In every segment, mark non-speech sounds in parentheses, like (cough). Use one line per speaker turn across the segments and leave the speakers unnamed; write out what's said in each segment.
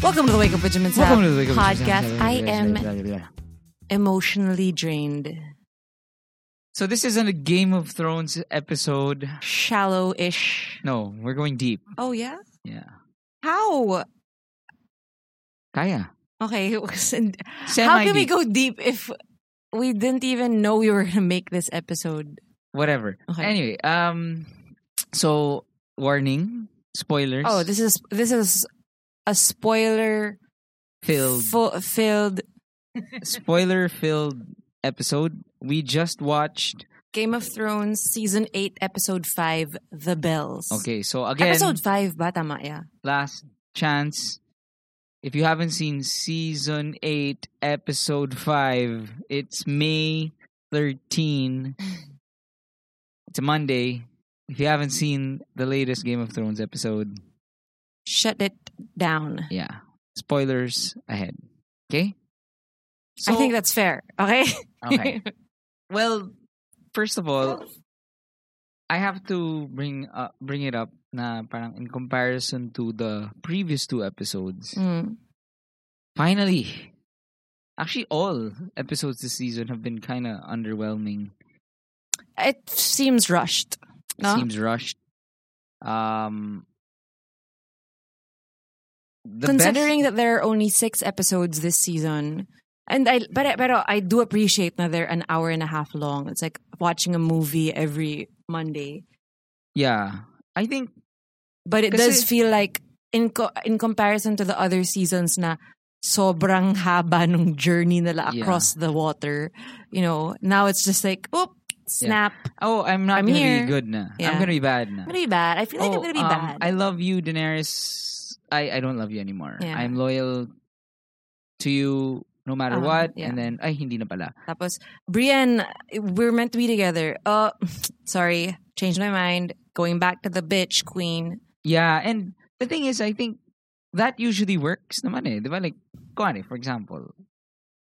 Welcome to the Wake Up with Jim and Sab
Welcome to the Wake Up with Jim and
podcast.
Sab.
I am emotionally drained,
So this isn't a Game of Thrones episode.
shallow-ish.
No, we're going deep.
Oh yeah,
Yeah.
How?
Kaya.
Okay, how
Semi-deep.
can we go deep if we didn't even know we were gonna make this episode?
Whatever.
Okay.
Anyway, um, so warning, spoilers.
Oh, this is this is a spoiler
filled,
fu- filled
spoiler filled episode. We just watched.
Game of Thrones season eight, episode five, The Bells.
Okay, so again,
Episode five, ba tama? Yeah.
last chance. If you haven't seen season 8, episode 5, it's May 13. It's a Monday. If you haven't seen the latest Game of Thrones episode,
Shut it down.
yeah. Spoilers ahead. Okay?
I think that's fair. Okay.
Okay. well, first of all, I have to bring uh, bring it up na parang in comparison to the previous two
(laughs)
episodes.
Mm.
Finally. Actually, all episodes this season have been kind of underwhelming.
It seems rushed. No?
Seems rushed. Um, the
Considering that
best,
there are only six episodes this season, and I but but I do appreciate that they're an hour and a half long. It's like watching a movie every Monday,
yeah, I think
but it
Kasi-
does feel like in co- in comparison to the other seasons na sobrang haba nung journey nila
Yeah.
across the water. You know, now it's just like oop, snap.
oh, I'm
I'm
not gonna
here.
be good na.
Yeah.
I'm gonna be bad
I'm
na.
gonna be bad. I feel like I'm
Oh,
gonna be
um,
bad.
I love you, Daenerys. I, I don't love you anymore.
Yeah.
I'm loyal to you no matter
Uh-huh,
what.
yeah.
And then, ay, hindi na pala.
Tapos, Brienne, we're meant to be together. Uh, (laughs) sorry, changed my mind. Going back to the bitch queen.
Yeah, and the thing is, I think that usually works naman eh. Diba? Like, kuwari, for example,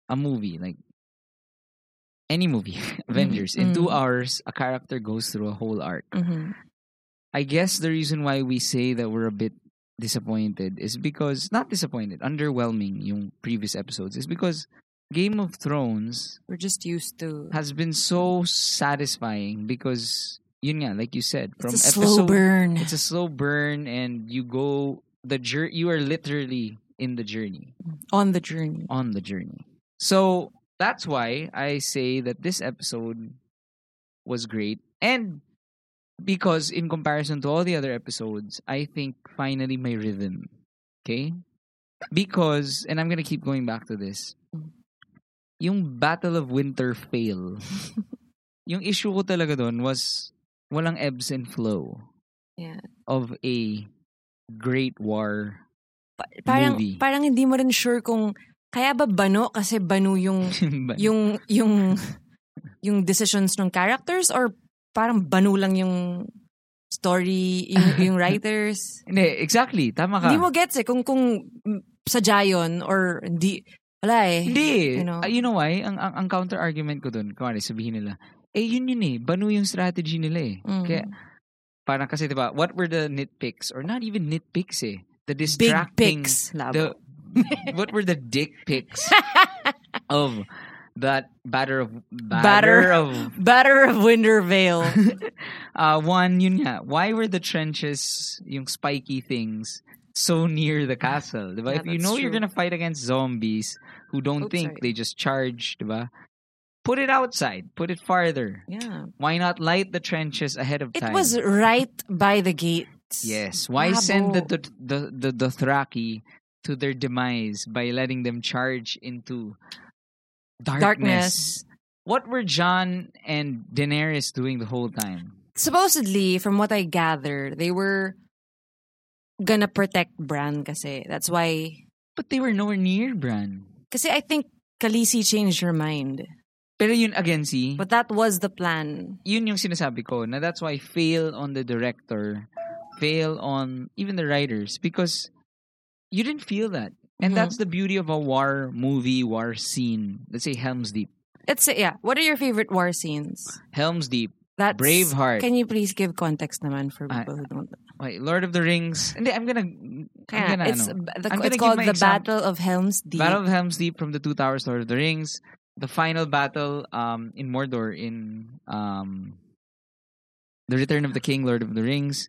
a movie, like, any movie, (laughs) Avengers, in two
mm.
hours, a character goes through a whole arc.
Mm-hmm.
I guess the reason why we say that we're a bit disappointed is because, not disappointed, underwhelming yung previous episodes is because Game of Thrones
We're just used to.
has been so satisfying because, yun nga, like you said, from
it's a
episode
slow burn.
it's a slow burn and you go the jour- you are literally in the journey
on the journey.
on the journey so that's why i say that this episode was great and because in comparison to all the other episodes i think finally my rhythm okay because and i'm gonna keep going back to this yung battle of
(laughs)
winterfell yung issue ko talaga doon was walang ebbs and flow
Yeah.
of a great war. (laughs)
Pa- parang,
movie.
parang hindi mo rin sure kung kaya ba bano kasi bano yung
But-
yung
(laughs)
yung yung decisions ng characters or parang bano lang yung story
(laughs)
yung, yung writers.
Hindi, exactly. Tama ka.
Hindi mo gets eh kung kung mm, sadya yun or hindi wala eh.
Hindi.
You know?
Ah, You know why? Ang, ang, ang counter argument ko dun, kumari, sabihin nila, eh, yun yun eh. Banu yung strategy nila eh.
Mm.
Kaya, parang kasi, diba, what were the nitpicks? Or not even nitpicks eh. The
Big
distracting...
pics. Labo.
The, (laughs) what were the dick
(laughs)
pics of that batter of...
Batter.
Batter, of...
Batter of
(laughs)
Wintervale.
Uh, one, yun nga. Why were the trenches, yung spiky things, so near the castle? Diba?
Yeah,
if you
that's
know you're
true.
gonna fight against zombies who don't
Oops,
think,
sorry.
they just charge, diba? Put it outside. Put it farther.
yeah.
Why not light the trenches ahead of
It
time?
was right by the gates.
Yes. Why
Labo.
send the, the, the, the Dothraki to their demise by letting them charge into darkness?
Darkness.
What were John and Daenerys doing the whole time?
Supposedly, from what I gather, they were gonna protect Bran kasi. That's why
But they were nowhere near Bran.
kasi I think Khaleesi changed her mind.
Pero yun, again, see,
But that was the plan.
yun yung sinasabi ko na that's why fail on the director, fail on even the writers because you didn't feel that And
Mhm.
that's the beauty of a war movie, war scene. Let's say Helm's Deep.
Let's say, yeah. What are your favorite war scenes?
Helm's Deep.
That's
Braveheart.
Can you please give context naman for
Ah,
people who don't
Wait, Lord of the Rings. Hindi, I'm gonna... I'm
Yeah,
gonna
it's
ano,
b- the, it's
I'm gonna give
called
my
the
example.
Battle of Helm's Deep.
Battle of Helm's Deep from the Two Towers, Lord of the Rings. The final battle um, in Mordor in um, The Return of the King, Lord of the Rings.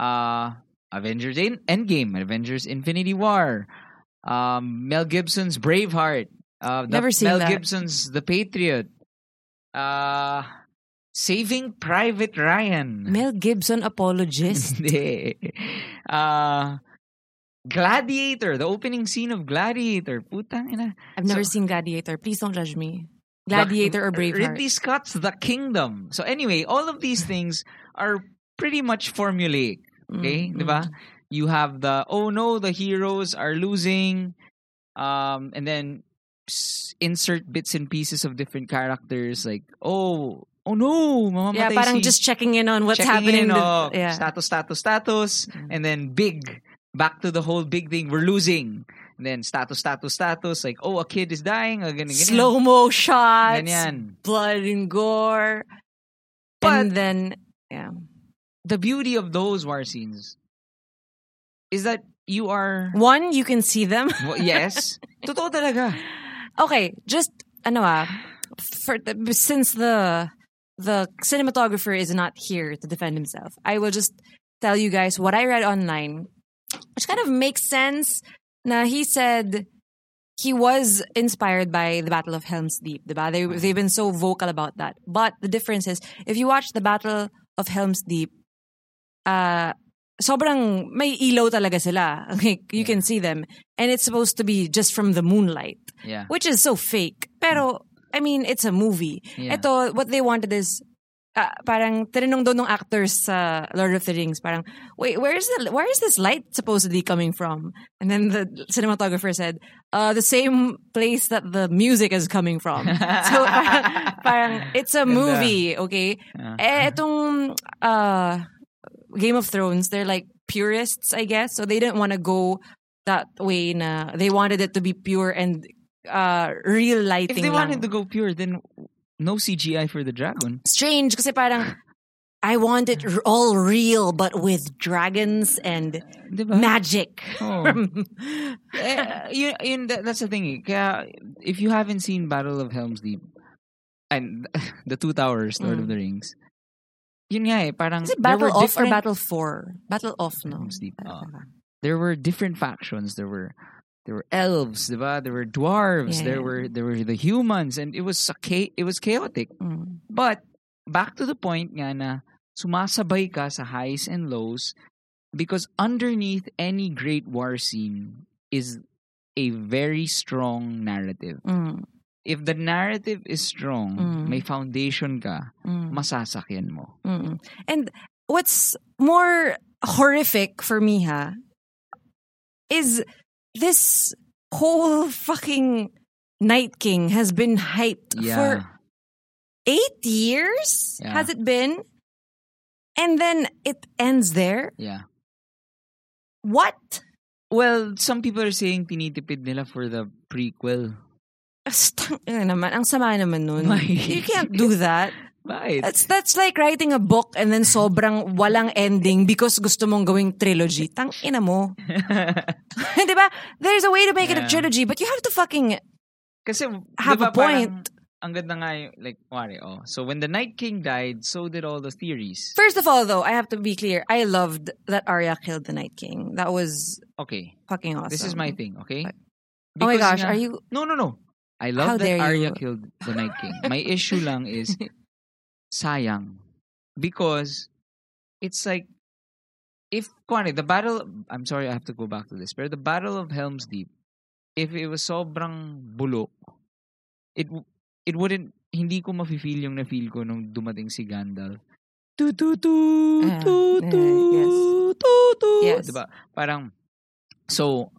Uh, Avengers in- Endgame, Avengers Infinity War. Um, Mel Gibson's Braveheart. Uh, the-
Never seen
Mel
that.
Gibson's The Patriot. Uh, Saving Private Ryan.
Mel Gibson apologist.
(laughs) Hindi. Uh, Gladiator, the opening scene of Gladiator. Putang ina.
I've never
So-
seen Gladiator. Please don't judge me. Gladiator or Braveheart.
Ridley Scott's The Kingdom. So anyway, all of these things are pretty much formulaic, okay?
Mm,
Di ba? You have the oh no, the heroes are losing um and then s- insert bits and pieces of different characters like oh oh no,
mm. Yeah,
mamamatay
parang
si-
just checking in on what's
checking
happening.
in,
with-
oh,
yeah. Mm.
status status status and then big back to the whole big thing we're losing and then status status status like oh a kid is dying again again
Slow mo shots,
ganyan
blood and gore.
But-
and then, yeah.
the beauty of those war scenes is that
(laughs)
you are
One, you can see them.
Well, yes totoo talaga
Okay, just ano ah, for the, since the the cinematographer is not here to defend himself, I will just tell you guys what I read online, which kind of makes sense. Now he said he was inspired by the Battle of Helm's Deep. Diba? They they've been so vocal about that. But the difference is, if you watch the Battle of Helm's Deep, uh, sobrang may ilaw talaga sila. (laughs) Like, you can see them, and it's supposed to be just from the moonlight
yeah
which is so fake. Pero I mean, it's a movie.
Yeah.
Ito, what they wanted is ah, parang tinanong doon ng actors sa Lord of the Rings, parang, wait, where is the, where is this light supposedly coming from? And then the cinematographer said, uh, the same place that the music is coming
(laughs)
from. so parang, parang it's a
Ganda. Ah.
movie, okay?
Yeah.
Eh, itong uh, Game of Thrones, they're like purists, I guess. So they didn't want to go that way na they wanted it to be pure and uh, real
if
lighting
they
lang.
wanted to go pure then no CGI for the dragon
Strange kasi parang I want it r- all real but with dragons and
diba?
magic.
Oh. Eh, you, yun, that, that's the thing. eh. Kaya, if you haven't seen Battle of Helm's Deep and (laughs) the Two Towers, Lord of
Mm.
the Rings, yun nga eh, parang
Is it
there
Battle
were
Off or
different-
Battle 4? Battle Off, no?
Helm's Deep, oo. there were different factions. There were there were elves, diba? There were dwarves.
Yeah.
There were there were the humans, and it was a cha- it was chaotic.
Mm.
But back to the point nga na sumasabay ka sa highs and lows because underneath any great war scene is a very strong narrative.
Mm.
if the narrative is strong,
Mm.
may foundation ka,
Mm.
masasakyan mo.
Mm-mm. And what's more horrific for me, ha, is this whole fucking Night King has been hyped for eight years.
Yeah.
Has it been? And then it ends there.
yeah.
What?
Well, some people are saying tinitipid nila for the prequel.
Astang, ina naman. Ang sama naman nun.
Why?
You can't do that.
Bakit?
That's that's like writing a book and then sobrang walang ending because gusto mong gawing trilogy. Tang ina
(laughs)
mo. Di ba? There's a way to make it a
Yeah.
trilogy, but you have to fucking
Kasi,
Have
di ba
a point.
Parang, ang ganda nga yung, like, wari, oh. So, when the Night King died, so did all the theories.
First of all though, I have to be clear. I loved that Arya killed the Night King. That was
Okay.
fucking awesome.
This is my thing, okay?
Oh my gosh,
Because
are
nga-
you
No, no, no. I
How
love
dare
that
you.
Arya killed the Night
(laughs)
King. My issue lang is sayang because it's like if kuwari, the battle I'm sorry I have to go back to this but the battle of Helm's Deep if it was sobrang bulok it w- it wouldn't hindi ko mafe-feel yung na-feel ko nung dumating si Gandalf. Tu tu tu
Ah,
tu
yeah,
tu
yes.
tu tu.
Yes.
Diba? Parang so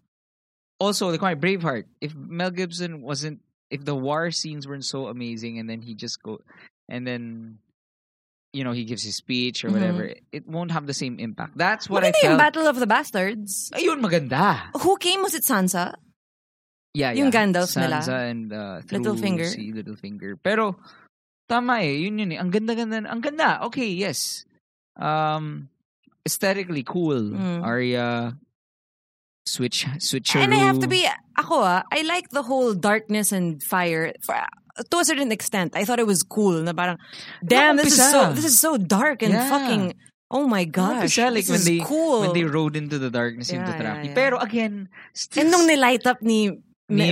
also like my Braveheart, if Mel Gibson wasn't if the war scenes weren't so amazing and then he just go and then you know he gives his speech or
Mhm.
whatever, it won't have the same impact. That's what
Maganda
I
yung
felt.
Battle of the Bastards.
Ayun maganda.
Who came? Was it Sansa?
Yeah,
Yung
yeah.
Gandalf
Sansa
nila.
and uh, through
Littlefinger.
si Littlefinger. Pero, tama eh. Yun yun eh. Ang ganda-ganda. Ang ganda. Okay, yes. Um, aesthetically cool.
Mm.
Arya, switch, switcheroo.
And I have to be ako ah, I like the whole darkness and fire for, to a certain extent. I thought it was cool na parang damn this is
umpisa.
so this is so dark and
Yeah.
fucking oh my gosh.
umpisa, like,
this
when
is
they-
cool.
When they rode into the darkness
Yeah,
into
yeah,
Traki.
yeah.
Pero again, still...
and nung nilight up ni,
ni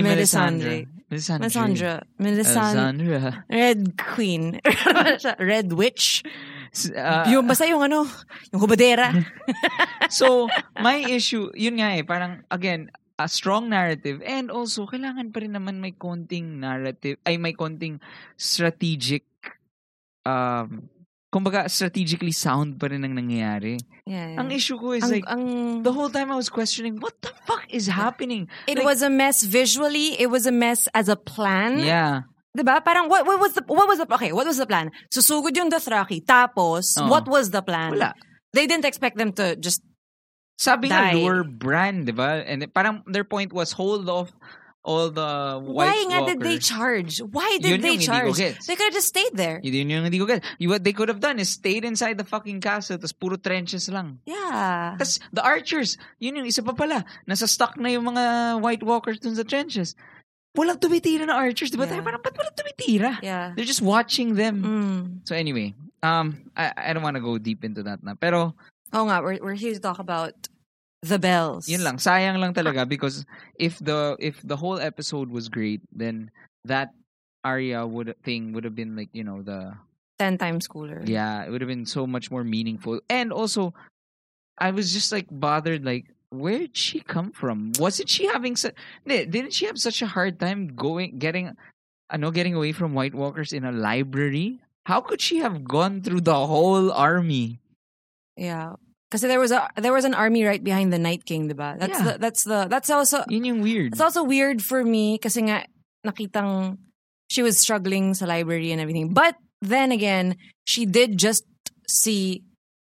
Me- Melisandre.
Melisandre.
Melisandre. Melisandre.
Melisandre.
Red Queen. (laughs) Red Witch.
(laughs) S- uh,
yung basta yung ano, yung hubadera.
Mm-hmm. so, my issue, yun nga eh, parang, again, a strong narrative and also, kailangan pa rin naman may konting narrative, ay may konting strategic, um, kumbaga, strategically sound pa rin ang nangyayari.
Yeah, yeah.
Ang issue ko is
Ang-
like,
ang-
the whole time I was questioning, what the fuck is happening?
it
like-
was a mess visually. It was a mess as a plan.
Yeah.
Diba? Parang what, what was the what was the okay, what was the plan? Susugod yung Dothraki. Tapos,
Oo.
what was the plan?
Oh. Wala.
They didn't expect them to just
Sabi nga,
Die.
lure brand, di ba? And parang their point was, hold off all the
Why
White
nga did they
Walkers.
charge? Why
Yun
did
yung
they
hindi ko
charge?
gets.
They could have just stayed there.
Yun yung hindi ko get. You- What they could have done is stayed inside the fucking castle tapos puro trenches lang.
Yeah.
Tapos the archers, yun yung isa pa pala. Nasa stock na yung mga White Walkers dun sa trenches. Walang tumitira na archers. Di ba
Yeah.
tayo parang, ba't walang tumitira?
Yeah.
They're just watching them.
Mm.
So anyway, um, I, I don't want to go deep into that na. Pero
Oh nga, we're, we're here to talk about the bells.
yun lang, sayang lang talaga because if the if the whole episode was great, then that Arya would thing would have been like you know the
Ten times cooler.
Yeah, it would have been so much more meaningful. And also, I was just like bothered. Like, where did she come from? Wasn't she having such? Didn't she have such a hard time going, getting, I know, getting away from White Walkers in a library? How could she have gone through the whole army?
Yeah. Kasi there was a there was an army right behind the Night King, diba? That's
Yeah.
the, that's the that's also
Yun yung weird.
It's also weird for me kasi nga nakitang she was struggling sa library and everything. But then again, she did just see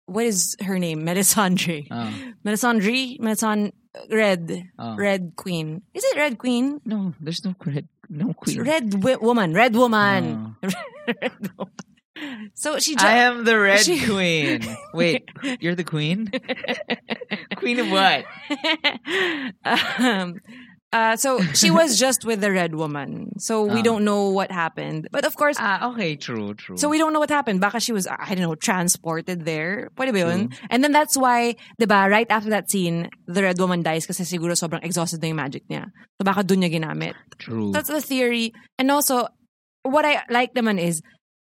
what is her name? (laughs) Melisandre.
Oh,
Melisandre, Melisan Red,
oh.
Red Queen. Is it Red Queen?
No, there's no red, no queen.
Red wi- woman, Red woman.
Oh.
Red woman. So she
I
just
am the red
She-
queen. Wait, you're
(laughs)
the queen? queen of what?
(laughs) um, uh, so she was just with the red woman. So we
Ah.
don't know what happened. But of course,
Ah, okay, true, true.
Uh, So we don't know what happened. Baka she was, I don't know, transported there. Pwede ba yun?
True.
And then that's why, di ba, right after that scene, the Red Woman dies kasi siguro sobrang exhausted na yung magic niya. So baka dun niya ginamit.
true.
That's the theory. And also, what I like naman is,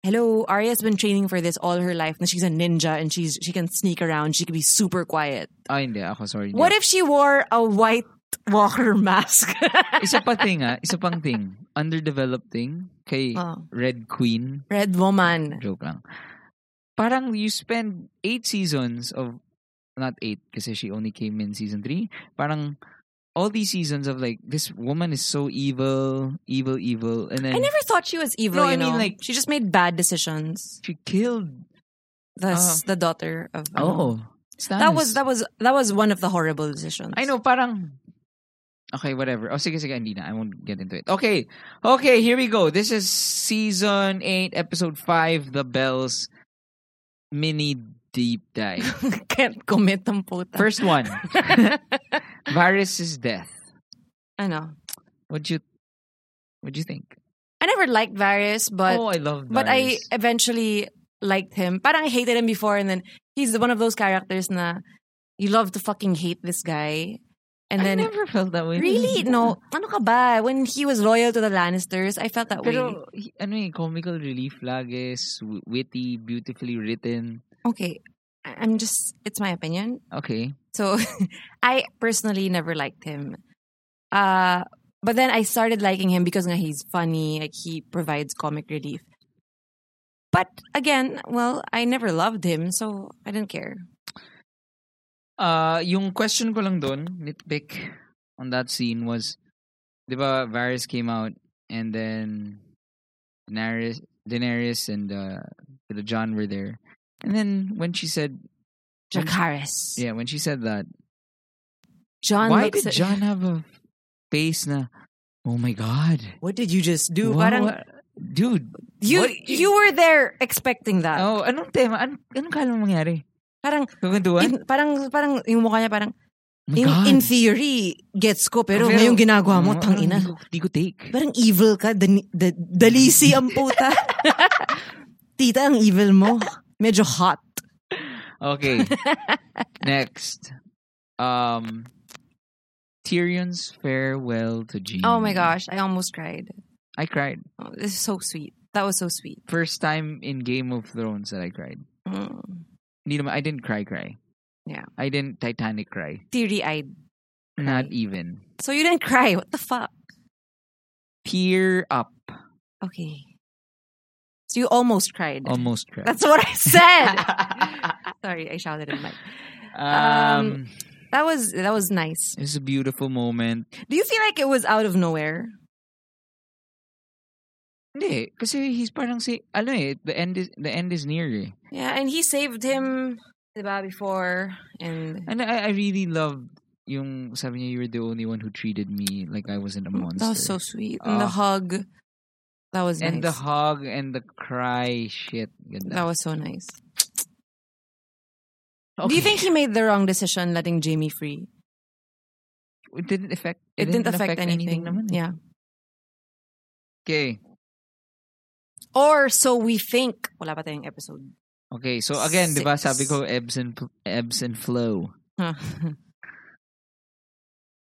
hello, Arya's been training for this all her life. Na she's a ninja and she's she can sneak around. She can be super quiet.
Ah, hindi. Ako, sorry.
What if she wore a white walker (laughs) mask?
isa pa thing, ah. Isa pang thing. Underdeveloped thing kay
Oh,
Red Queen.
Red Woman.
Joke lang. Parang you spend eight seasons of, not eight, kasi she only came in season three. Parang, all these seasons of like, this woman is so evil, evil, evil. And then
I never thought she was evil,
No, I
you know.
mean, like-
she just made bad decisions.
she killed.
the
Ah.
the daughter of ano.
Oh.
that was that was that was one of the horrible decisions
I know, parang... Okay, whatever. Oh, sige, sige, hindi na. I won't get into it. Okay, okay, here we go. This is Season 8, Episode 5, The Bells Mini Deep
(laughs)
Dive.
(laughs) can't commit ng puta (laughs)
First one, Varys' death.
I know
What'd you... What'd you think?
I never liked Varys but
oh, I love Varys.
but I eventually liked him parang I hated him before and then he's one of those characters na you love to fucking hate this guy and
I
then
never felt that way. (laughs)
really no ano ka ba when he was loyal to the Lannisters I felt that way
Pero, he- ano eh, comical relief lagi, sw- witty, beautifully written.
okay I- I'm just it's my opinion
Okay.
So (laughs) I personally never liked him. Uh, but then I started liking him because nga, he's funny, like he provides comic relief. But again, well, I never loved him, so I didn't care.
Uh, yung question ko lang doon, nitpick on that scene was, di ba, Varys came out and then Daenerys, Daenerys and uh, the John were there. And then when she said,
Dracarys.
yeah, when she said that,
John
why
looks (laughs)
did
at-
John have a face na, Oh my god.
What did you just do?
Wow,
parang-
what- dude.
You
what-
you were there expecting that.
Oh, anong tema? An- anong kala mo mangyari?
Parang
Kukwentuhan?
in- parang parang yung mukha niya parang
Oh my
in,
God.
in theory gets ko pero,
Pero-
ngayong ginagawa mo
Oo,
tangina.
Di ko, di ko take.
Parang evil ka, dani- da- dalisi ang (laughs) puta. Tita, ang evil mo. Medyo hot.
Okay.
(laughs)
Next. Um Tyrion's farewell to Jaime.
Oh my gosh, I almost cried.
I cried.
Oh, this is so sweet. That was so sweet.
First time in Game of Thrones that I cried.
Mm.
Hindi naman, I didn't cry cry.
Yeah.
I didn't Titanic cry.
Teary-eyed.
Not even.
So you didn't cry. What the fuck?
Tear up.
Okay. So you almost cried.
Almost cried. (laughs)
That's what I (laughs) said. Sorry, I shouted at Mike.
um,
That was that was nice.
it's a beautiful moment.
Do you feel like it was out of nowhere?
Hindi, kasi he's parang si, ano eh, the end is, the end is near eh.
Yeah, and he saved him diba, before and
And I, I really loved yung sabi niya, you were the only one who treated me like I wasn't a monster.
Mm, that was so sweet. And the
Ah.
hug. That was
and the
nice.
hug and the cry shit. Ganda.
that was so nice. Do
Okay.
you think he made the wrong decision letting Jamie free?
it didn't affect?
It, didn't, affect, anything.
naman. eh.
yeah.
Okay.
Or so we think. Wala pa tayong episode.
Okay. So again, di ba
Six.
sabi ko ebbs and pl- ebbs and flow.
Huh.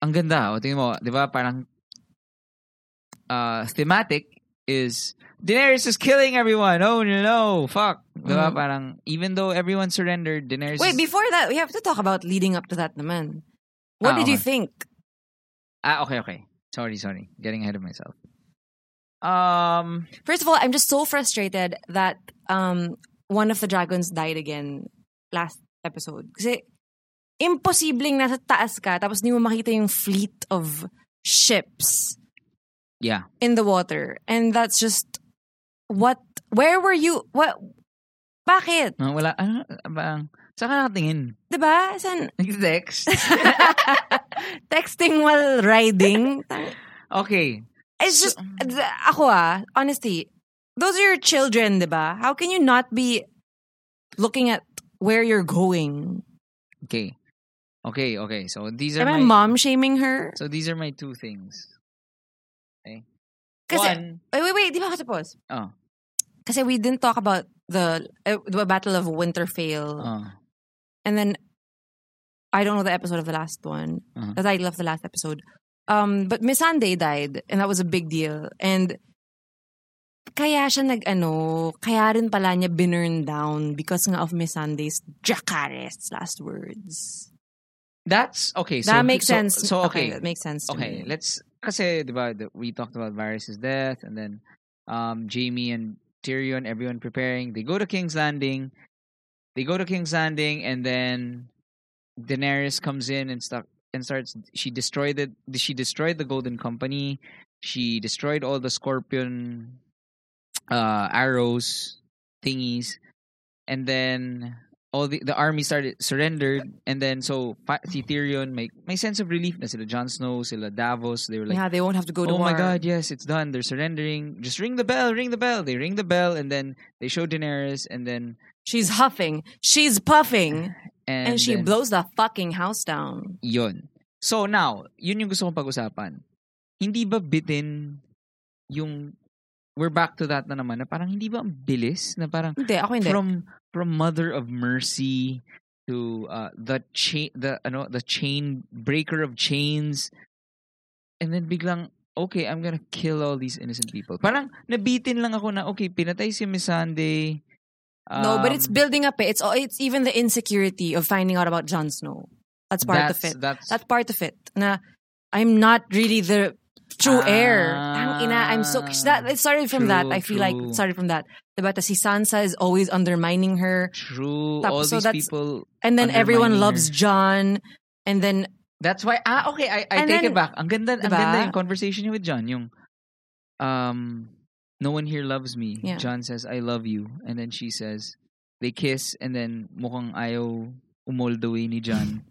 Ang ganda. O tingin mo, di ba parang uh, thematic is Daenerys is killing everyone. Oh no, fuck. Di ba
Mhm.
parang even though everyone surrendered, Daenerys
Wait,
is-
before that, we have to talk about leading up to that naman. What
Ah,
did you
okay.
think?
Ah, okay, okay. Sorry, sorry. Getting ahead of myself. Um,
First of all, I'm just so frustrated that um one of the dragons died again last episode. Kasi imposibleng nasa taas ka tapos hindi mo makita yung fleet of ships
yeah.
in the water. And that's just what where were you what bakit?
No, wala. Ano? Parang, saan ka nakatingin? (laughs)
'Di ba? San (laughs)
Nag-text?
texting while riding? Tang-
okay.
It's just, th-
mm-hmm.
ako ah, honestly, those are your children, di ba? How can you not be looking at where you're going?
Okay. Okay, okay. So these are
Am I
my,
mom shaming her?
So these are my two things. Okay.
Kasi,
One,
wait, wait, wait, di ba ako tapos?
Oh.
Kasi we didn't talk about the, uh, the Battle of Winterfell.
uh,
And then, I don't know the episode of the last one.
Uh-huh.
The title of the last episode. Um, but Miss Sunday died, and that was a big deal. And kaya siya nag, ano, kaya rin pala niya binurn down because nga of Miss Sunday's Dracarys last words.
that's okay. So
that makes
so-
sense.
So okay,
that makes sense to me.
okay. Let's kasi di ba the- we talked about Varys' death and then um Jamie and Tyrion, everyone preparing. They go to King's Landing. They go to King's Landing and then Daenerys comes in and stuck and starts she destroyed the she destroyed the Golden Company. She destroyed all the scorpion uh arrows thingies and then all the the army started surrendered and then so pa- si Tyrion may may sense of relief na sila Jon Snow sila Davos they were like
yeah, they won't have to go to
oh
war.
my god yes it's done they're surrendering just ring the bell ring the bell they ring the bell and then they show Daenerys and then
She's huffing. She's puffing.
(laughs)
And,
and,
she
then,
blows the fucking house down.
yun so now yun yung gusto kong pag-usapan hindi ba bitin yung we're back to that na naman na parang hindi ba ang bilis na parang
Hindi, ako hindi.
from from Mother of Mercy to uh, the chain the ano the chain breaker of chains, and then biglang okay I'm gonna kill all these innocent people. Parang nabitin lang ako na okay pinatay si Miss Sunday.
no, but it's
um,
building up. eh. It's it's even the insecurity of finding out about Jon Snow. That's part
that's,
of it.
That's,
That's part of it. Na I'm not really the true heir.
Ah.
Tang ina, I'm so 'cause that it started from that.
True,
I feel like
true.
it started from that. Diba? Tas si Sansa is always undermining her,
true.
Tap-
all
so
these
that's-
people.
and then everyone
Undermining
loves
her.
John, and then
That's why ah okay I, I
And
take
then-
it back. Ang ganda ang
Diba?
ganda yung conversation niya with John yung um no one here loves me.
Yeah.
John says I love you and then she says they kiss and then mukhang ayaw umoldo
(laughs)
away ni John.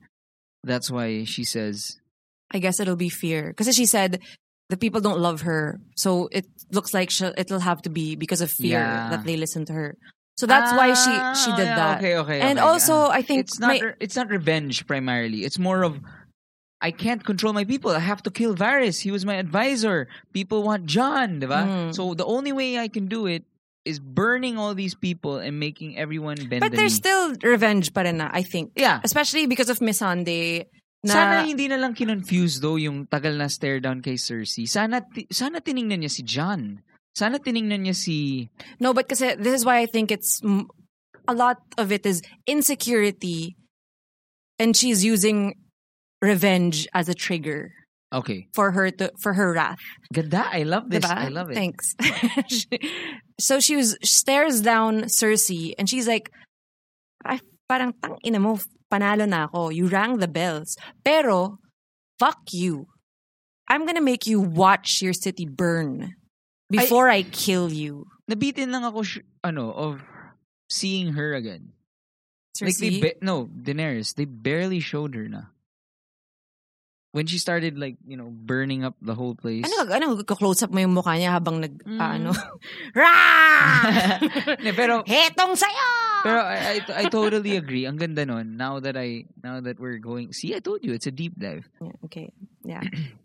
That's why she says
I guess it'll be fear because she said the people don't love her, so it looks like she it'll have to be because of fear
Yeah.
that they listen to her. So that's why she she did
Ah,
that.
Okay, okay.
And
okay. ah,
also, I think
it's not
may-
re- it's not revenge primarily. It's more of I can't control my people. I have to kill Varys. He was my advisor. People want John, diba?
Mm.
So the only way I can do it is burning all these people and making everyone bend
but
the
there's
knee.
still revenge pa rin na, I think.
yeah.
Especially because of Miss Sunday. Na,
sana hindi na lang kinonfuse though yung tagal na stare down kay Cersei. Sana ti- sana tiningnan niya si John. Sana tiningnan niya si
no, but kasi this is why I think it's m- a lot of it is insecurity and she's using revenge as a trigger
Okay.
for her to for her wrath.
Ganda. I love this.
Diba?
I love it.
Thanks. (laughs) She- so she was stares down Cersei and she's like, "Ay, parang tang ina mo, panalo na ako. You rang the bells. Pero, fuck you. I'm gonna make you watch your city burn before I, kill you.
Nabitin lang ako sh- ano of seeing her again. Like
Cersei.
they ba- no Daenerys, they barely showed her na. When she started like you know burning up the whole place.
ano, ano, close up mo yung mukha niya habang nag,
Mm.
ah, ano, (laughs)
(laughs)
Rah!
Ne,
(laughs)
pero
Hetong sa'yo!
pero I, I I totally agree. Ang ganda nun. Now that I now that we're going see I told you it's a deep dive.
Yeah, okay.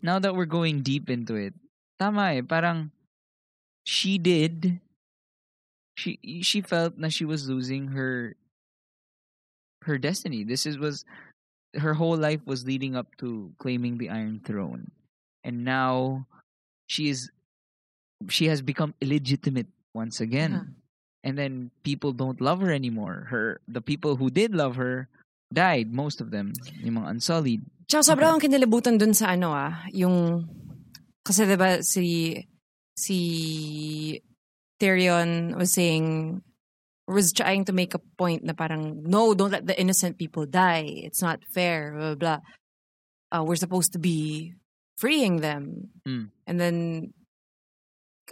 Now that we're going deep into it, tama eh. Parang she did. She she felt na she was losing her her destiny. This is was her whole life was leading up to claiming the Iron Throne, and now she is she has become illegitimate once again.
Yeah.
And then people don't love her anymore. Her the people who did love her died. Most of them, yung mga unsullied.
Tsaka sobrang okay. kinalibutan dun sa ano ah, yung, kasi diba si, si Tyrion was saying, was trying to make a point na parang, no, don't let the innocent people die. It's not fair, blah, blah, blah. Uh, we're supposed to be freeing them.
Mm.
And then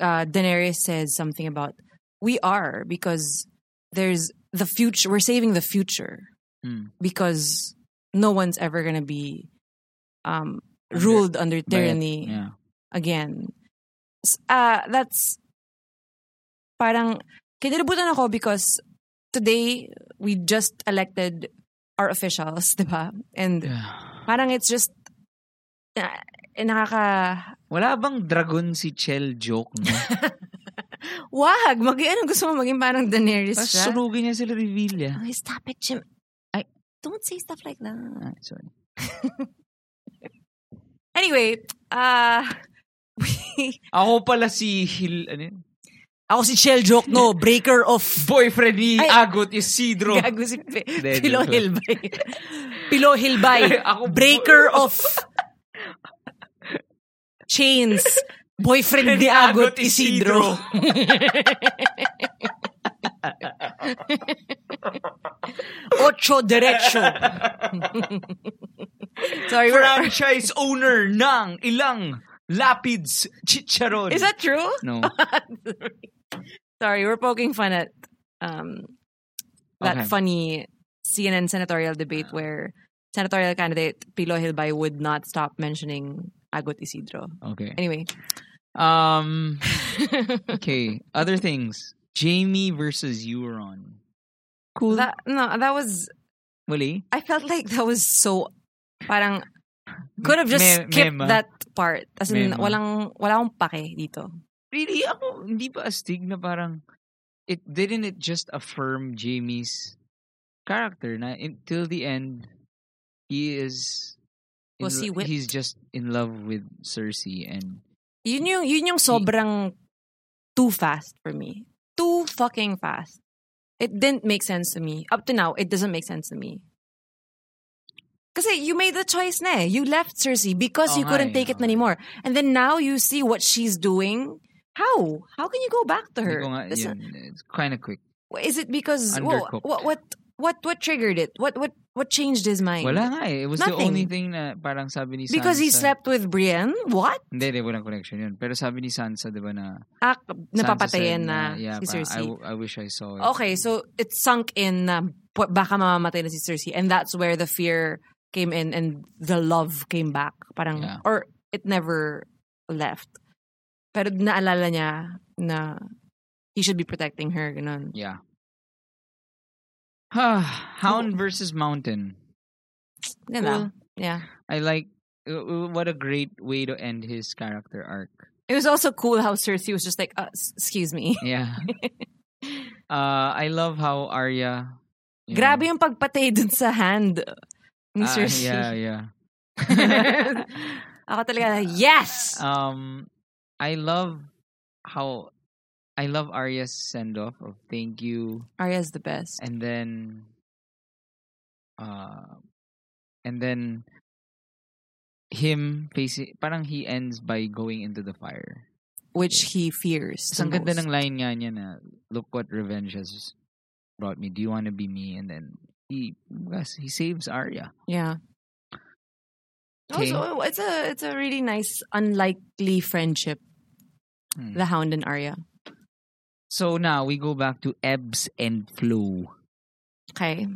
uh, Daenerys says something about, we are, because there's the future, we're saving the future
Mm.
because no one's ever going to be um,
Under-
ruled under
But,
tyranny
Yeah. (sighs)
again. S- Uh, that's parang kinilibutan ako because today we just elected our officials, di ba? And
yeah.
parang it's just uh, eh, nakaka
Wala bang dragon si Chell joke
(laughs)
no?
wag mag ano gusto mo maging parang Daenerys
Tapos
siya?
sunugin niya sila Revilla.
Okay, stop it, Jim.
Ay.
don't say stuff like that.
Ah, sorry.
Anyway, uh (laughs) we
Ako pala si Hil... Ano yun?
Ako si Chell joke no, breaker of
Boyfriend ni
Ay.
Agot Isidro.
Gago
(laughs)
si Pe-
Hindi,
Pilo
joke lang.
Hilbay. Pilo
(laughs)
Hilbay.
Ako,
Breaker of chains. Boyfriend
(laughs)
ni Agot (laughs) Isidro. Ocho Derecho. Sorry, we're,
Franchise owner ng ilang lapids chicharon.
is that true? (laughs)
No.
Sorry, we're poking fun at um, that
Okay.
funny CNN senatorial debate where senatorial candidate Pilo Hilbay would not stop mentioning Agot Isidro.
Okay.
Anyway,
Um, okay. Other things. Jamie versus Euron. Cool.
that no, that was
Wali?
I felt like that was so parang could have just
Me-
skipped
mema.
that part. As in,
Mema.
walang, wala akong pake dito.
really ako hindi ba astig na parang it didn't it just affirm Jamie's character na in, till the end he is in
Was he
lo-
whipped?
he's just in love with Cersei and
Yun yung, yun yung sobrang too fast for me. Too fucking fast. It didn't make sense to me. Up to now, it doesn't make sense to me. Kasi you made the choice na eh. You left Cersei because
Oo
you
nga
couldn't
eh,
take it
oo nga.
anymore. And then now you see what she's doing. How? How can you go back to
Hindi
her?
ko nga,
This-
yun, it's kind of quick
Is it because
Undercooked.
what, what what what what triggered it? What what what changed his mind?
wala nga eh it was the
Nothing.
only thing na parang sabi ni Sansa
because he slept with Brienne. What?
hindi hindi walang connection yun pero sabi ni Sansa diba na
Ah,
Sansa said
napapatayan na
yeah,
si
parang, I,
Cersei.
w- I wish I saw it
Okay, so it sunk in na bu- baka mamamatay na si Cersei and that's where the fear came in and the love came back. Parang
Yeah.
or it never left. Pero naalala niya na he should be protecting her, ganun.
Yeah. (sighs) Hound versus Mountain.
Yun lang. Yeah.
I like. uh, uh, What a great way to end his character arc.
It was also cool how Cersei was just like, uh, s- excuse me.
Yeah. uh, I love how Arya. you know,
Grabe yung pagpatay dun sa hand ni
ah,
Cersei. (laughs)
yeah, yeah.
Ako talaga, yes!
um, I love how I love Arya's send off of thank you,
Arya's the best.
and then, uh, and then him facing parang he ends by going into the fire.
Which he fears. the
Isang ganda
most.
ng line nga niya na, look what revenge has brought me. Do you want to be me? And then he yes, he saves Arya.
Yeah.
Okay.
Also, Oh, it's a it's a really nice, unlikely friendship.
Hmm.
The Hound and Arya.
So now we go back to ebbs and flow.
Okay.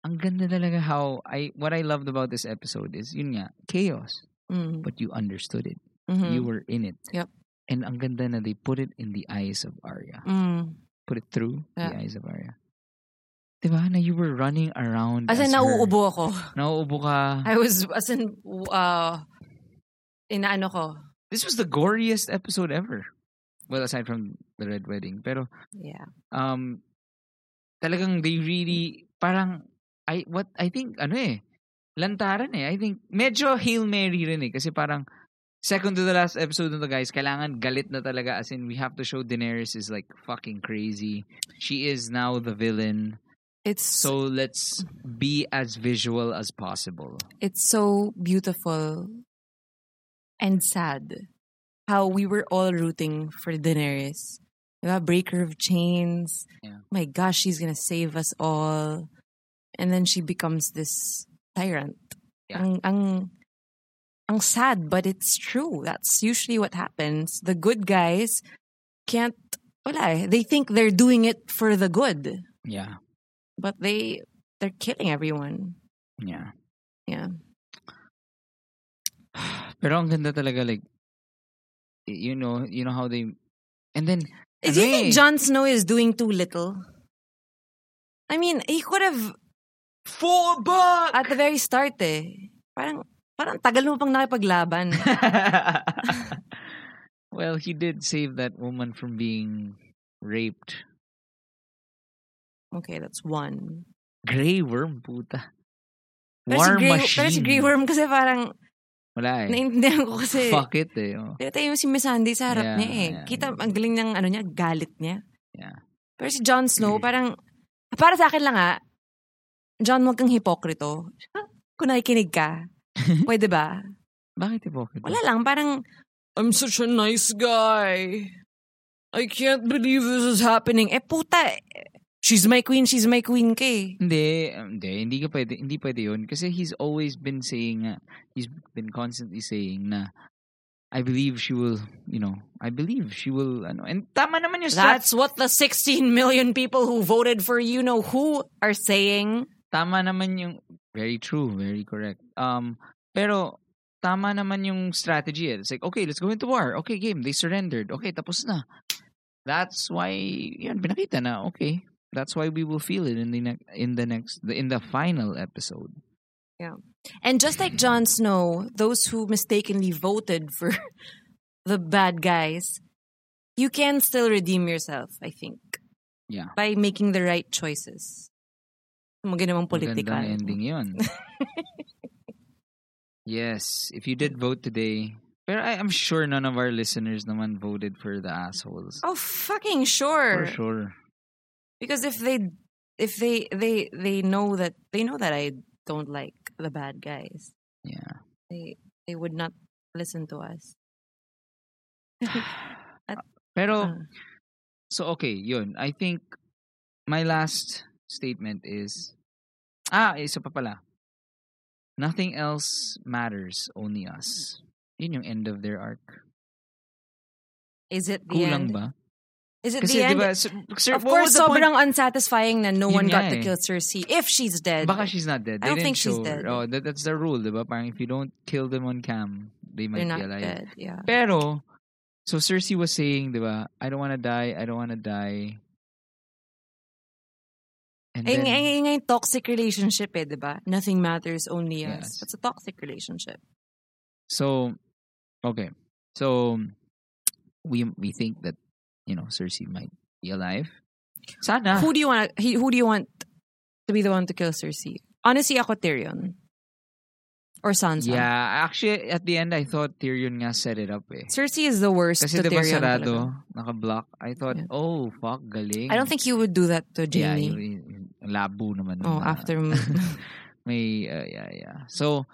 Ang ganda talaga how I what I loved about this episode is yun nga chaos,
Mm.
but you understood it.
Mhm.
You were in it.
Yep.
And ang ganda na they put it in the eyes of Arya.
Mm.
Put it through the
Yeah.
eyes of Arya. Diba na you were running around
As in,
as her.
nauubo ako.
Nauubo ka.
I was, as in, uh, inaano ko.
This was the goriest episode ever. Well, aside from the Red Wedding. Pero,
Yeah.
um, talagang they really, parang, I, what, I think, ano eh, lantaran eh. I think, medyo Hail Mary rin eh. Kasi parang, second to the last episode nito guys, kailangan galit na talaga. As in, we have to show Daenerys is like fucking crazy. She is now the villain.
It's so,
So let's be as visual as possible.
it's so beautiful and sad how we were all rooting for Daenerys. Diba? Breaker of chains.
Yeah.
My gosh, she's gonna save us all. And then she becomes this tyrant.
Yeah.
Ang, ang, ang sad, but it's true. That's usually what happens. The good guys can't, wala eh. they think they're doing it for the good.
Yeah.
but they they're killing everyone.
Yeah.
Yeah.
(sighs) Pero ang ganda talaga like you know, you know how they and then
Do you think
Ano eh?
Jon Snow is doing too little? I mean, he could have
four bucks.
at the very start eh. Parang parang tagal mo pang
(laughs)
nakipaglaban.
well, he did save that woman from being raped.
Okay, that's one.
Grey worm puta.
Pero si
War
Grey,
machine.
pero si Grey Worm kasi parang
Wala eh.
naiintindihan ko kasi
Fuck it eh. oh.
pinatay mo si Miss Sandy sa harap
Yeah,
niya eh.
yeah.
Kita ang galing ng ano niya, galit niya.
Yeah.
Pero si Jon Snow
(clears throat) Mm.
parang para sa akin lang ah, Jon, huwag kang hipokrito. Kung nakikinig ka,
(laughs)
pwede ba?
Bakit hypocrite?
Wala lang, parang, I'm such a nice guy. I can't believe this is happening. Eh, puta. eh, She's my queen, she's my queen ka eh.
Hindi, um, hindi, hindi ka pwede, hindi pwede yun. Kasi he's always been saying, uh, he's been constantly saying na, I believe she will, you know, I believe she will, ano, and tama naman yung stats.
That's what the 16 million people who voted for you know who are saying.
Tama naman yung, very true, very correct. Um, pero, tama naman yung strategy. eh. It's like, okay, let's go into war. Okay, game, they surrendered. Okay, tapos na. That's why, yun, pinakita na, okay. That's why we will feel it in the ne- in the next in the final episode.
And just like Jon Snow, those who mistakenly voted for (laughs) the bad guys, you can still redeem yourself, I think.
Yeah.
By making the right choices. Mga ganun political.
Magandang ending yun.
(laughs)
yes, if you did vote today, pero I, I'm sure none of our listeners naman voted for the assholes.
Oh, fucking
For sure.
because if they if they they they know that they know that I don't like the bad guys,
Yeah.
they they would not listen to us.
Pero,
Ah.
so okay, yun. I think my last statement is, ah, isa pa pala. Nothing else matters, only us. Yun yung end of their arc.
Is it the
Kulang
end?
ba?
Is it
Kasi
the end?
diba, sir, sir,
of
what
course,
was the point?
sobrang unsatisfying na no one
Yun nga
got to
eh.
kill Cersei if she's dead.
Baka she's not dead.
I
They
don't think
didn't
she's
show her.
dead.
Oh, that, that's the rule, diba? Parang if you don't kill them on cam, they
They're
might
not
be alive.
dead. Yeah.
Pero, so Cersei was saying, di ba, I don't wanna die, I don't wanna die. And
Ay,
then,
ay, ay, ay, toxic relationship eh, di ba? Nothing matters, only us.
Yes.
It's a toxic relationship.
so, okay. So, we we think that, you know, Cersei might be alive. Sana.
Who do you want? Who do you want to be the one to kill Cersei? Honestly, ako Tyrion or Sansa.
yeah, actually, at the end, I thought Tyrion nga set it up eh.
Cersei is the worst
Kasi
to
diba
Tyrion. talaga.
sarado, naka-block. I thought,
Yeah.
oh, fuck, galing.
I don't think he would do that to
Yeah,
Jamie.
yun- yun- yung labo naman.
oh,
na-
after
(laughs) May, uh, yeah, yeah. So,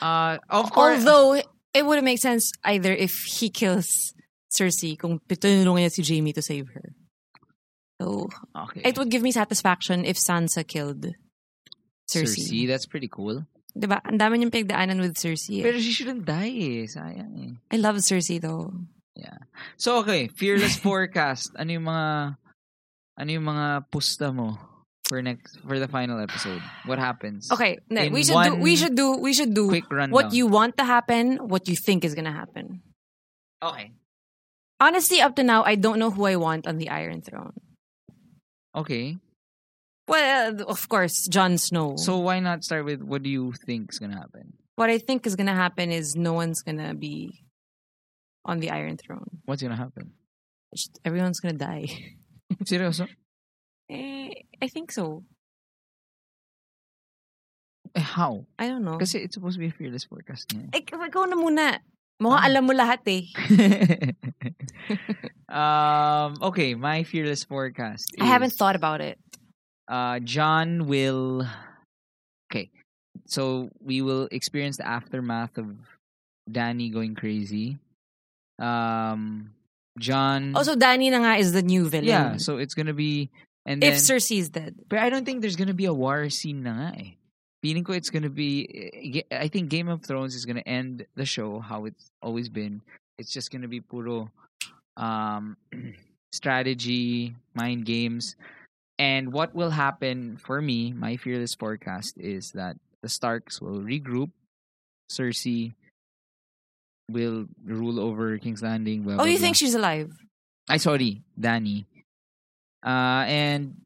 uh, of course,
although it wouldn't make sense either if he kills Cersei kung pitinulungan niya si Jamie to save her. So
okay.
it would give me satisfaction if Sansa killed Cersei.
Cersei, that's pretty cool.
Diba? Ang dami niyang pinagdaanan with Cersei. eh.
Pero she shouldn't die eh. Sayang eh.
I love Cersei though.
So, okay.
(laughs)
Fearless forecast. Ano yung mga, ano yung mga pusta mo for next, for the final episode? What happens?
Okay, ne-
In
we should do
one
we should do we should do
Quick rundown.
what you want to happen, what you think is gonna happen.
Okay.
Honestly, up to now, I don't know who I want on the Iron Throne.
Okay.
Well, of course, Jon Snow.
So, why not start with what do you think's gonna happen?
what I think is gonna happen is no one's gonna be on the Iron Throne.
What's gonna happen?
(laughs) Just- everyone's gonna die.
Seryoso?
(laughs) Eh, I think so.
Eh, how?
I don't know.
Kasi it's supposed to be a fearless forecast niya. eh.
Ik- ikaw na muna. Mukhang
Ah.
alam mo lahat eh.
um, okay, my fearless forecast.
I haven't
is,
thought about it.
Uh, John will. Okay, so we will experience the aftermath of Danny going crazy. Um, John.
Also, Danny na nga is the new villain.
yeah, so it's gonna be and then.
if Cersei is dead.
but I don't think there's gonna be a war scene na nga eh. Feeling ko it's gonna be. eh, I think Game of Thrones is gonna end the show how it's always been. It's just gonna be puro um, (clears throat) strategy, mind games, and what will happen for me. My fearless forecast is that the Starks will regroup. Cersei will rule over King's Landing. Blah,
Oh,
blah,
you
blah.
think she's alive?
I sorry, Danny. Uh, and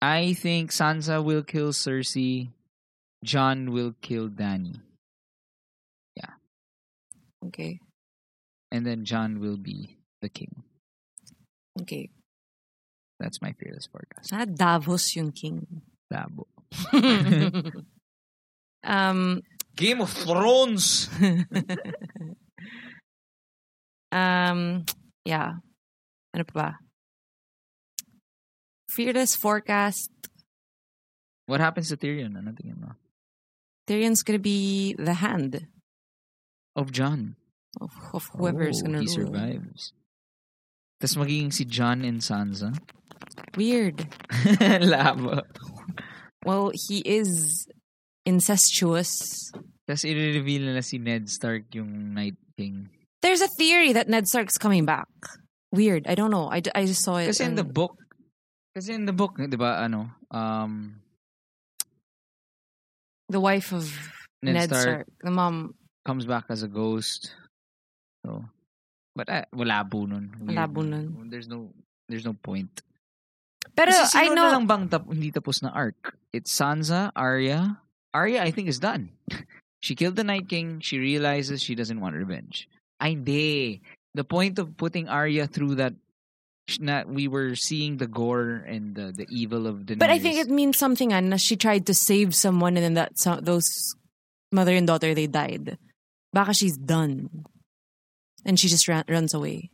I think Sansa will kill Cersei. John will kill Danny,
Okay.
and then John will be the king.
Okay.
That's my fearless forecast.
Sana Davos yung king. (laughs)
Labo.
um,
Game of Thrones.
um, yeah. Ano pa ba? Fearless forecast.
(laughs) What happens to Tyrion? Ano tingin mo?
Tyrion's gonna be the hand
Of John.
of, of whoever's
oh,
gonna
he
rule.
survives. Tas magiging si John and Sansa. (laughs)
Weird.
Labo.
Well, he is incestuous.
Tas i-reveal nila si Ned Stark yung Night King.
There's a theory that Ned Stark's coming back. Weird. I don't know. I, I just saw it.
Kasi in the
and-
book, kasi in the book, eh, di ba, ano, um,
the wife of
Ned, Stark,
the mom.
comes back as a ghost. So, but uh, wala po nun. Weird.
Wala po nun.
There's no, there's no point.
Pero
kasi
I
sino
know.
na lang bang tap, hindi tapos na arc? It's Sansa, Arya. Arya, I think, is done. (laughs) she killed the Night King. She realizes she doesn't want revenge. Ay, hindi. The point of putting Arya through that sh- na we were seeing the gore and the, the evil of Daenerys.
But I think it means something, Anna. She tried to save someone, and then that so, those mother and daughter they died. Baka she's done, and she just ran, runs away.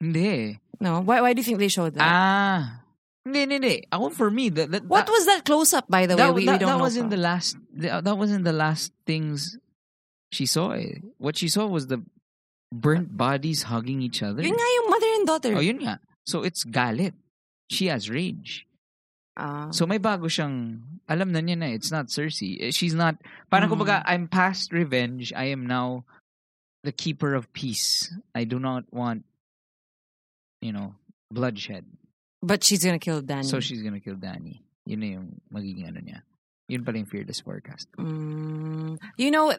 Hindi.
No, why? Why do you think they showed that?
Ah. Hindi, hindi, hindi. Ako for me, that, that,
what
that,
was that close up, by the way?
that,
we, we
that,
don't
that
know.
wasn't the last, that that wasn't the last things she saw. eh. What she saw was the burnt bodies hugging each other.
Yun nga yung mother and daughter.
Oh, yun nga. So it's galit. She has rage.
Ah.
So may bago siyang, alam na niya na, it's not Cersei. Eh, She's not, parang
Mm.
kumbaga, I'm past revenge. I am now the keeper of peace. I do not want, you know, bloodshed.
but she's gonna kill Danny.
So she's gonna kill Danny. Yun na yung magiging ano niya. Yun pala yung fearless forecast.
Mm, you know,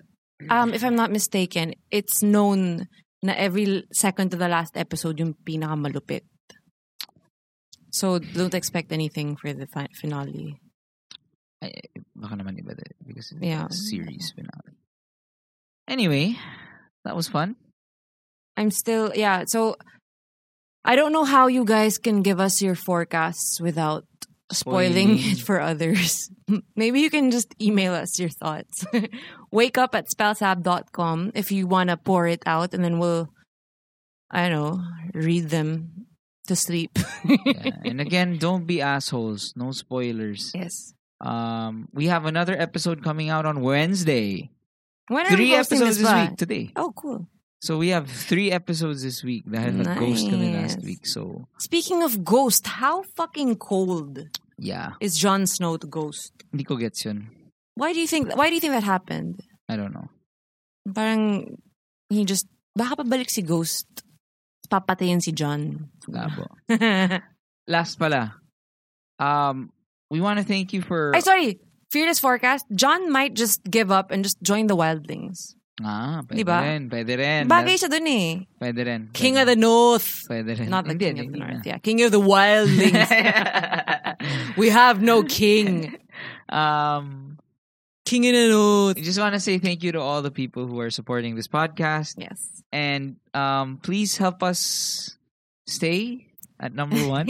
um, if I'm not mistaken, it's known na every second to the last episode yung pinakamalupit. So don't expect anything for the fi- finale.
Baka naman iba din, because it's
Yeah.
a series finale. Anyway, that was fun.
I'm still yeah. So I don't know how you guys can give us your forecasts without spoiling it for others. (laughs) Maybe you can just email us your thoughts. (laughs) Wake up at spellsab.com if you want to pour it out, and then we'll, I don't know, read them to sleep. (laughs)
Yeah. and again, don't be assholes. No spoilers.
yes.
Um, we have another episode coming out on Wednesday.
When are
Three
we posting
episodes this
ba?
week today.
Oh, cool.
So we have three episodes this week. Dahil nag-ghost kami last
Nice.
week. So,
Speaking of ghost, how fucking cold
yeah.
is Jon Snow to ghost?
Hindi ko gets yun.
Why do you think? Why do you think that happened?
I don't know.
Parang he just baka pabalik si Ghost. Papatayin si John.
Labo.
(sighs)
Last pala. Um, we want to thank you for...
(laughs) Ay, sorry. Fearless forecast. John might just give up and just join the Wildlings.
Ah, pwede
Diba?
rin. Pwede rin.
Bagay siya dun eh.
That- Pwede rin.
King of the North.
Pwede rin.
Not the
Hindi,
King of the
hindi
North.
na.
Yeah, King of the Wildlings. we have no
(laughs)
king.
(laughs) um,
King in the North.
I just want to say thank you to all the people who are supporting this podcast.
Yes.
and um, please help us stay at number
(laughs)
one.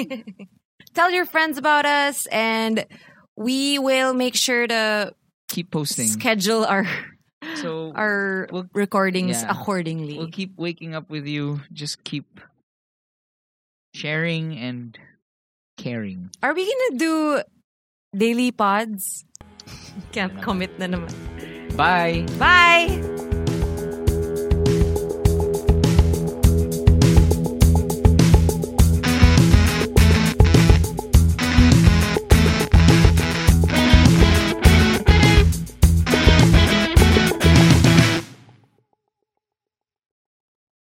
Tell your friends about us and we will make sure to
keep posting.
schedule our
So
our
We'll-
recordings
yeah.
accordingly.
we'll keep waking up with you. Just keep sharing and caring.
Are we gonna do daily pods? Can't
Wala naman.
commit na naman.
Bye.
Bye!